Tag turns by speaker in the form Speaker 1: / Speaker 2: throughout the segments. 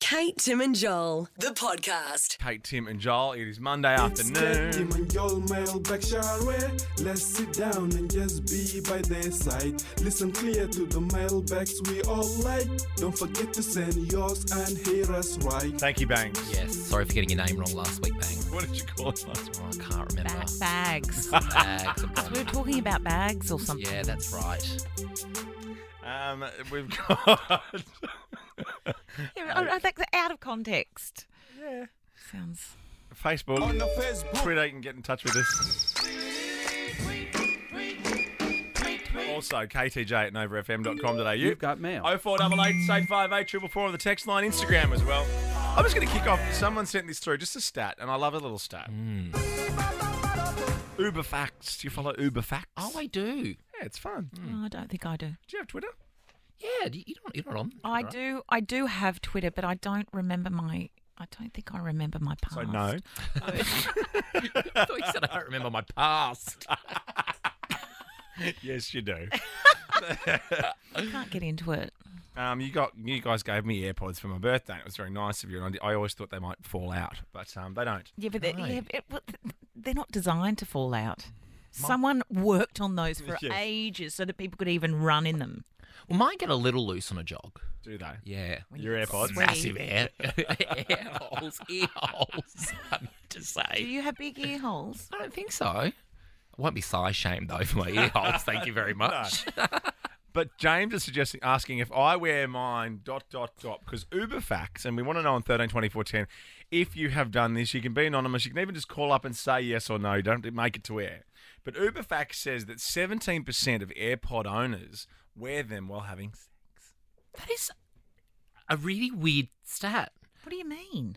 Speaker 1: Kate, Tim, and Joel, the podcast.
Speaker 2: Kate, Tim, and Joel. It is Monday afternoon.
Speaker 3: and Joel Mailbag Shareware. Let's sit down and just be by their side. Listen clear to the mailbags we all like. Don't forget to send yours and hear us right.
Speaker 2: Thank you, Banks.
Speaker 4: Yes. Sorry for getting your name wrong last week, Bang.
Speaker 2: What did you call it last
Speaker 4: Oh, I can't remember.
Speaker 5: Ba- bags.
Speaker 4: Bags, I'm
Speaker 5: we were
Speaker 4: blind.
Speaker 5: talking about bags or something.
Speaker 4: yeah, that's right.
Speaker 2: Um, we've got.
Speaker 5: Yeah, I, I think they're out of context. Yeah. Sounds.
Speaker 2: Facebook,
Speaker 3: On the Facebook.
Speaker 2: Twitter, you can get in touch with us. Also, ktj at novafm.com.au. You've
Speaker 6: got mail.
Speaker 2: 0488 on the text line, Instagram as well. I'm just going to kick off. Someone sent this through, just a stat, and I love a little stat. Uber Facts. Do you follow Uber Facts?
Speaker 4: Oh, I do.
Speaker 2: Yeah, it's fun.
Speaker 4: Hmm.
Speaker 5: Oh, I don't think I do.
Speaker 2: Do you have Twitter?
Speaker 4: Yeah, you, you don't, you're not on.
Speaker 5: I
Speaker 4: right?
Speaker 5: do. I do have Twitter, but I don't remember my. I don't think I remember my past.
Speaker 2: So, no.
Speaker 4: I thought you said I don't remember my past.
Speaker 2: yes, you do.
Speaker 5: I can't get into it.
Speaker 2: Um, you got you guys gave me AirPods for my birthday. It was very nice of you, and I, did- I always thought they might fall out, but um, they don't.
Speaker 5: Yeah, but, they,
Speaker 4: No.
Speaker 5: yeah, but- but they're not designed to fall out. Someone worked on those for
Speaker 2: Yes.
Speaker 5: ages so that people could even run in them.
Speaker 4: Well, mine get a little loose on a jog.
Speaker 2: Do they?
Speaker 4: Yeah.
Speaker 2: Your AirPods.
Speaker 5: Sweet.
Speaker 4: Massive air, air holes, ear holes. I mean to
Speaker 5: Do
Speaker 4: say.
Speaker 5: you have big ear holes?
Speaker 4: I don't think so. I won't be size shamed though for my ear holes. Thank you very much.
Speaker 2: But James is suggesting asking if I wear mine dot dot dot because Uber facts, and we want to know on thirteen twenty four ten if you have done this. You can be anonymous. You can even just call up and say yes or no. You Don't make it to air. But Uber facts says that seventeen percent of AirPod owners wear them while having. sex.
Speaker 4: That is a really weird stat.
Speaker 5: What do you mean?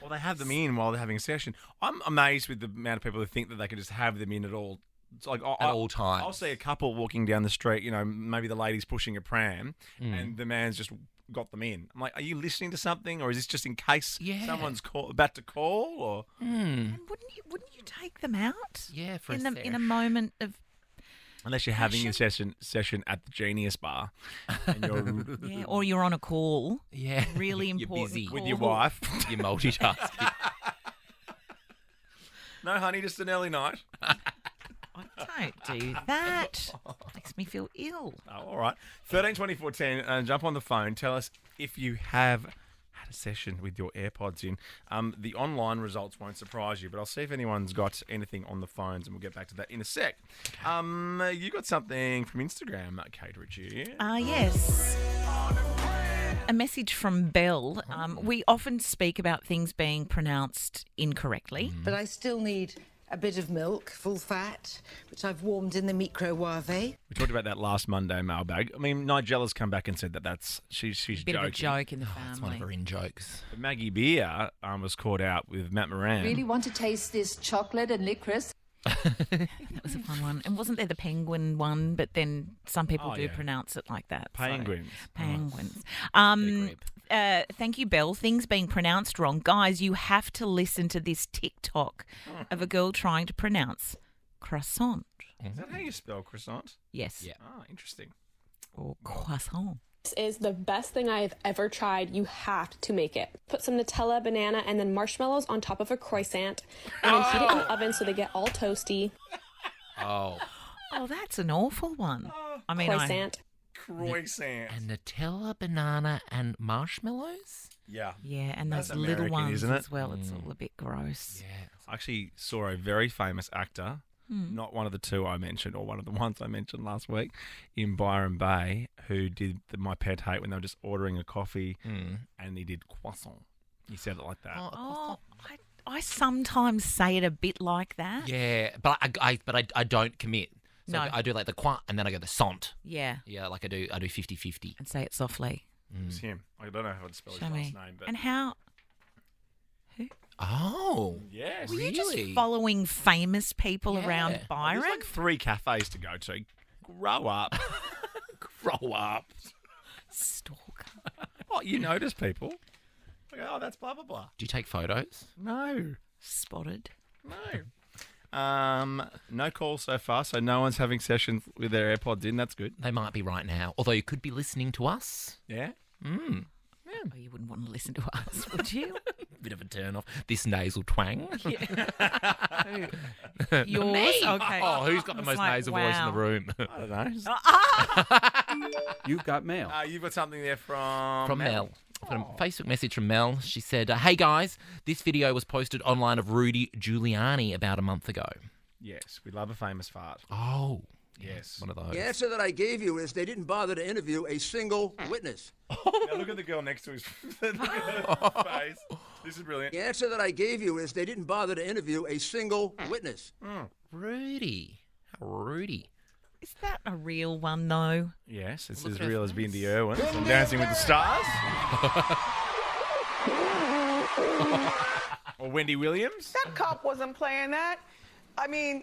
Speaker 2: Well, they have them in while they're having a session. I'm amazed with the amount of people who think that they can just have them in at all. It's like I-
Speaker 4: At
Speaker 2: I-
Speaker 4: all times.
Speaker 2: I'll see a couple walking down the street. You know, maybe the lady's pushing a pram, and the man's just got them in. I'm like, are you listening to something, or is this just in case
Speaker 4: Yeah.
Speaker 2: someone's call, about to call? Or
Speaker 4: Hmm.
Speaker 5: And wouldn't you wouldn't you take them out?
Speaker 4: Yeah, for a
Speaker 5: in the, in a
Speaker 4: sesh.
Speaker 5: moment of
Speaker 2: unless you're having a session session at the Genius Bar, and you're
Speaker 5: yeah, or you're on a call.
Speaker 4: Yeah.
Speaker 5: Really
Speaker 4: You're
Speaker 5: important
Speaker 4: busy.
Speaker 5: call.
Speaker 2: with your wife.
Speaker 4: You're multitasking.
Speaker 2: no, honey, just an early night.
Speaker 5: I don't do that. Makes me feel ill.
Speaker 2: Oh, all right. 13, 24, 10, and uh, jump on the phone. Tell us if you have had a session with your AirPods in. Um, the online results won't surprise you, but I'll see if anyone's got anything on the phones, and we'll get back to that in a sec. Um, you got something from Instagram, Kate Ritchie.
Speaker 5: Ah, yes. A message from Belle. Um, we often speak about things being pronounced incorrectly.
Speaker 7: but I still need a bit of milk, full fat, which I've warmed in the microwave.
Speaker 2: We talked about that last Monday mailbag. I mean, Nigella's come back and said that that's she, she's
Speaker 5: Bit
Speaker 2: joking.
Speaker 5: of a joke in the
Speaker 4: Oh, That's one
Speaker 5: family.
Speaker 4: of her in jokes.
Speaker 2: But Maggie Beer um, was caught out with Matt Moran.
Speaker 8: really want to taste this chocolate and licorice.
Speaker 5: that was a fun one. And wasn't there the penguin one? But then some people
Speaker 2: Oh,
Speaker 5: do
Speaker 2: yeah.
Speaker 5: pronounce it like that. so-
Speaker 2: Penguins.
Speaker 5: Penguins. Um, uh, thank you, Belle. Things being pronounced wrong. Guys, you have to listen to this TikTok of
Speaker 2: Mm-hmm.
Speaker 5: a girl trying to pronounce croissant.
Speaker 4: Mm-hmm.
Speaker 2: Is that how you spell croissant?
Speaker 5: Yes.
Speaker 4: Yeah.
Speaker 2: Ah, interesting.
Speaker 5: Or croissant.
Speaker 9: This is the best thing I have ever tried. You have to make it. Put some Nutella, banana, and then marshmallows on top of a croissant, and then heat it in
Speaker 5: Ah!
Speaker 9: the oven so they get all toasty.
Speaker 4: Oh.
Speaker 5: Oh, that's an awful one. I mean, I,
Speaker 9: Croissant.
Speaker 2: Ah, Croissant.
Speaker 4: And Nutella, banana, and marshmallows?
Speaker 2: Yeah.
Speaker 5: yeah, and those
Speaker 2: That's
Speaker 5: little
Speaker 2: American,
Speaker 5: ones
Speaker 2: isn't it? Mm.
Speaker 5: as well. It's all a bit gross.
Speaker 2: I actually saw a very famous actor,
Speaker 5: Hmm.
Speaker 2: not one of the two I mentioned, or one of the ones I mentioned last week, in Byron Bay, who did the, My Pet Hate when they were just ordering a coffee and he did croissant. He said it like that.
Speaker 5: Oh, I, I sometimes say it a bit like that.
Speaker 4: Yeah, but I, I but I, I don't commit. So
Speaker 5: No.
Speaker 4: I, do like the quant and then I go the sont.
Speaker 5: Yeah,
Speaker 4: Yeah, like I do I do 50-50.
Speaker 5: and say it softly.
Speaker 2: It was him. I don't know how to spell
Speaker 5: Show
Speaker 2: his
Speaker 5: me.
Speaker 2: last name, but
Speaker 5: and how?
Speaker 4: Oh.
Speaker 2: yes.
Speaker 5: Were you just
Speaker 4: Really?
Speaker 5: following famous people around
Speaker 4: Yeah.
Speaker 2: There's
Speaker 5: Byron?
Speaker 2: like three cafes to go to. Grow up.
Speaker 4: Grow up.
Speaker 5: Stalker.
Speaker 2: oh, you notice people. Like, oh, that's blah, blah, blah.
Speaker 4: Do you take photos?
Speaker 2: No.
Speaker 5: Spotted.
Speaker 2: No. Um, no calls so far, so no one's having sessions with their AirPods in. That's good. Hmm.
Speaker 4: They might be right now. Although you could be listening to us.
Speaker 2: Yeah.
Speaker 5: Oh, you wouldn't want to listen to us, would you?
Speaker 4: Bit of a turn off. This nasal twang.
Speaker 5: Yours? Okay.
Speaker 4: Oh, who's got the
Speaker 5: It's
Speaker 4: most
Speaker 5: like,
Speaker 4: nasal voice in the
Speaker 5: wow.
Speaker 4: room?
Speaker 2: I don't know.
Speaker 6: You've got mail.
Speaker 2: Uh, you've got something there from
Speaker 4: Ah! from Mel. From a Facebook message from Mel. She said, uh, Hey guys, this video was posted online of Rudy Giuliani about a month ago.
Speaker 2: Yes, we love a famous fart.
Speaker 4: Oh,
Speaker 2: Yes.
Speaker 4: one of those.
Speaker 10: The answer that I gave you is they didn't bother to interview a single witness.
Speaker 2: now look at the girl next to his look at her face. This is brilliant.
Speaker 10: The answer that I gave you is they didn't bother to interview a single witness.
Speaker 4: Rudy. How Rudy.
Speaker 5: Is that a real one, though?
Speaker 2: Yes, it's
Speaker 4: Look
Speaker 2: as
Speaker 4: at her
Speaker 2: real as Bindi
Speaker 4: face.
Speaker 2: Irwin from Dancing with the Stars. or Wendy Williams.
Speaker 10: That cop wasn't playing that. I mean,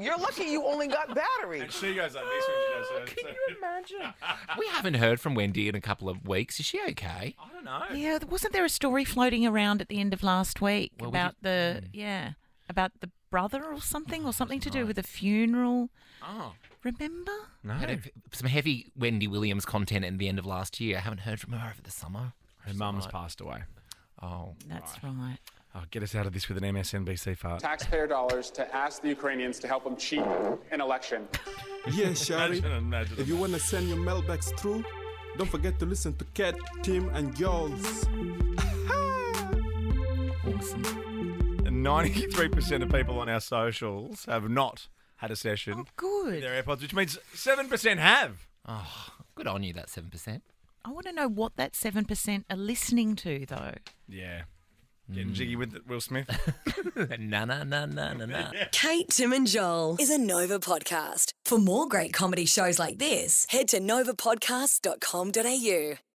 Speaker 10: you're lucky you only got battery.
Speaker 2: And she goes like this when she does her. so-
Speaker 5: Imagine.
Speaker 4: We haven't heard from Wendy in a couple of weeks. Is she okay?
Speaker 2: I don't know.
Speaker 5: Yeah, th- wasn't there a story floating around at the end of last week
Speaker 4: Well, we Mm.
Speaker 5: about the yeah about the brother or something or something to do with a funeral?
Speaker 4: Oh.
Speaker 5: Remember?
Speaker 2: No.
Speaker 4: Had a- some heavy Wendy Williams content at the end of last year. I haven't heard from her over the summer.
Speaker 2: Her mum's passed away.
Speaker 4: Oh.
Speaker 5: That's right.
Speaker 2: Oh, get us out of this with an MSNBC fart.
Speaker 11: taxpayer dollars to ask the Ukrainians to help them cheat an election.
Speaker 3: Yeah, Shari.
Speaker 2: Imagine, imagine.
Speaker 3: If you wanna send your mailbags through, don't forget to listen to Cat, Tim, and Girls.
Speaker 5: Awesome.
Speaker 2: And 93% of people on our socials have not had a session
Speaker 5: Oh, good.
Speaker 2: with their AirPods, which means 7% have.
Speaker 4: oh, Good on you, that 7%.
Speaker 5: I want to know what that seven percent are listening to, though.
Speaker 2: Yeah. Mm. Getting jiggy with it, Will Smith.
Speaker 4: na, na, na, na, na, na.
Speaker 1: Kate, Tim, and Joel is a Nova podcast. For more great comedy shows like this, head to novapodcast.com.au.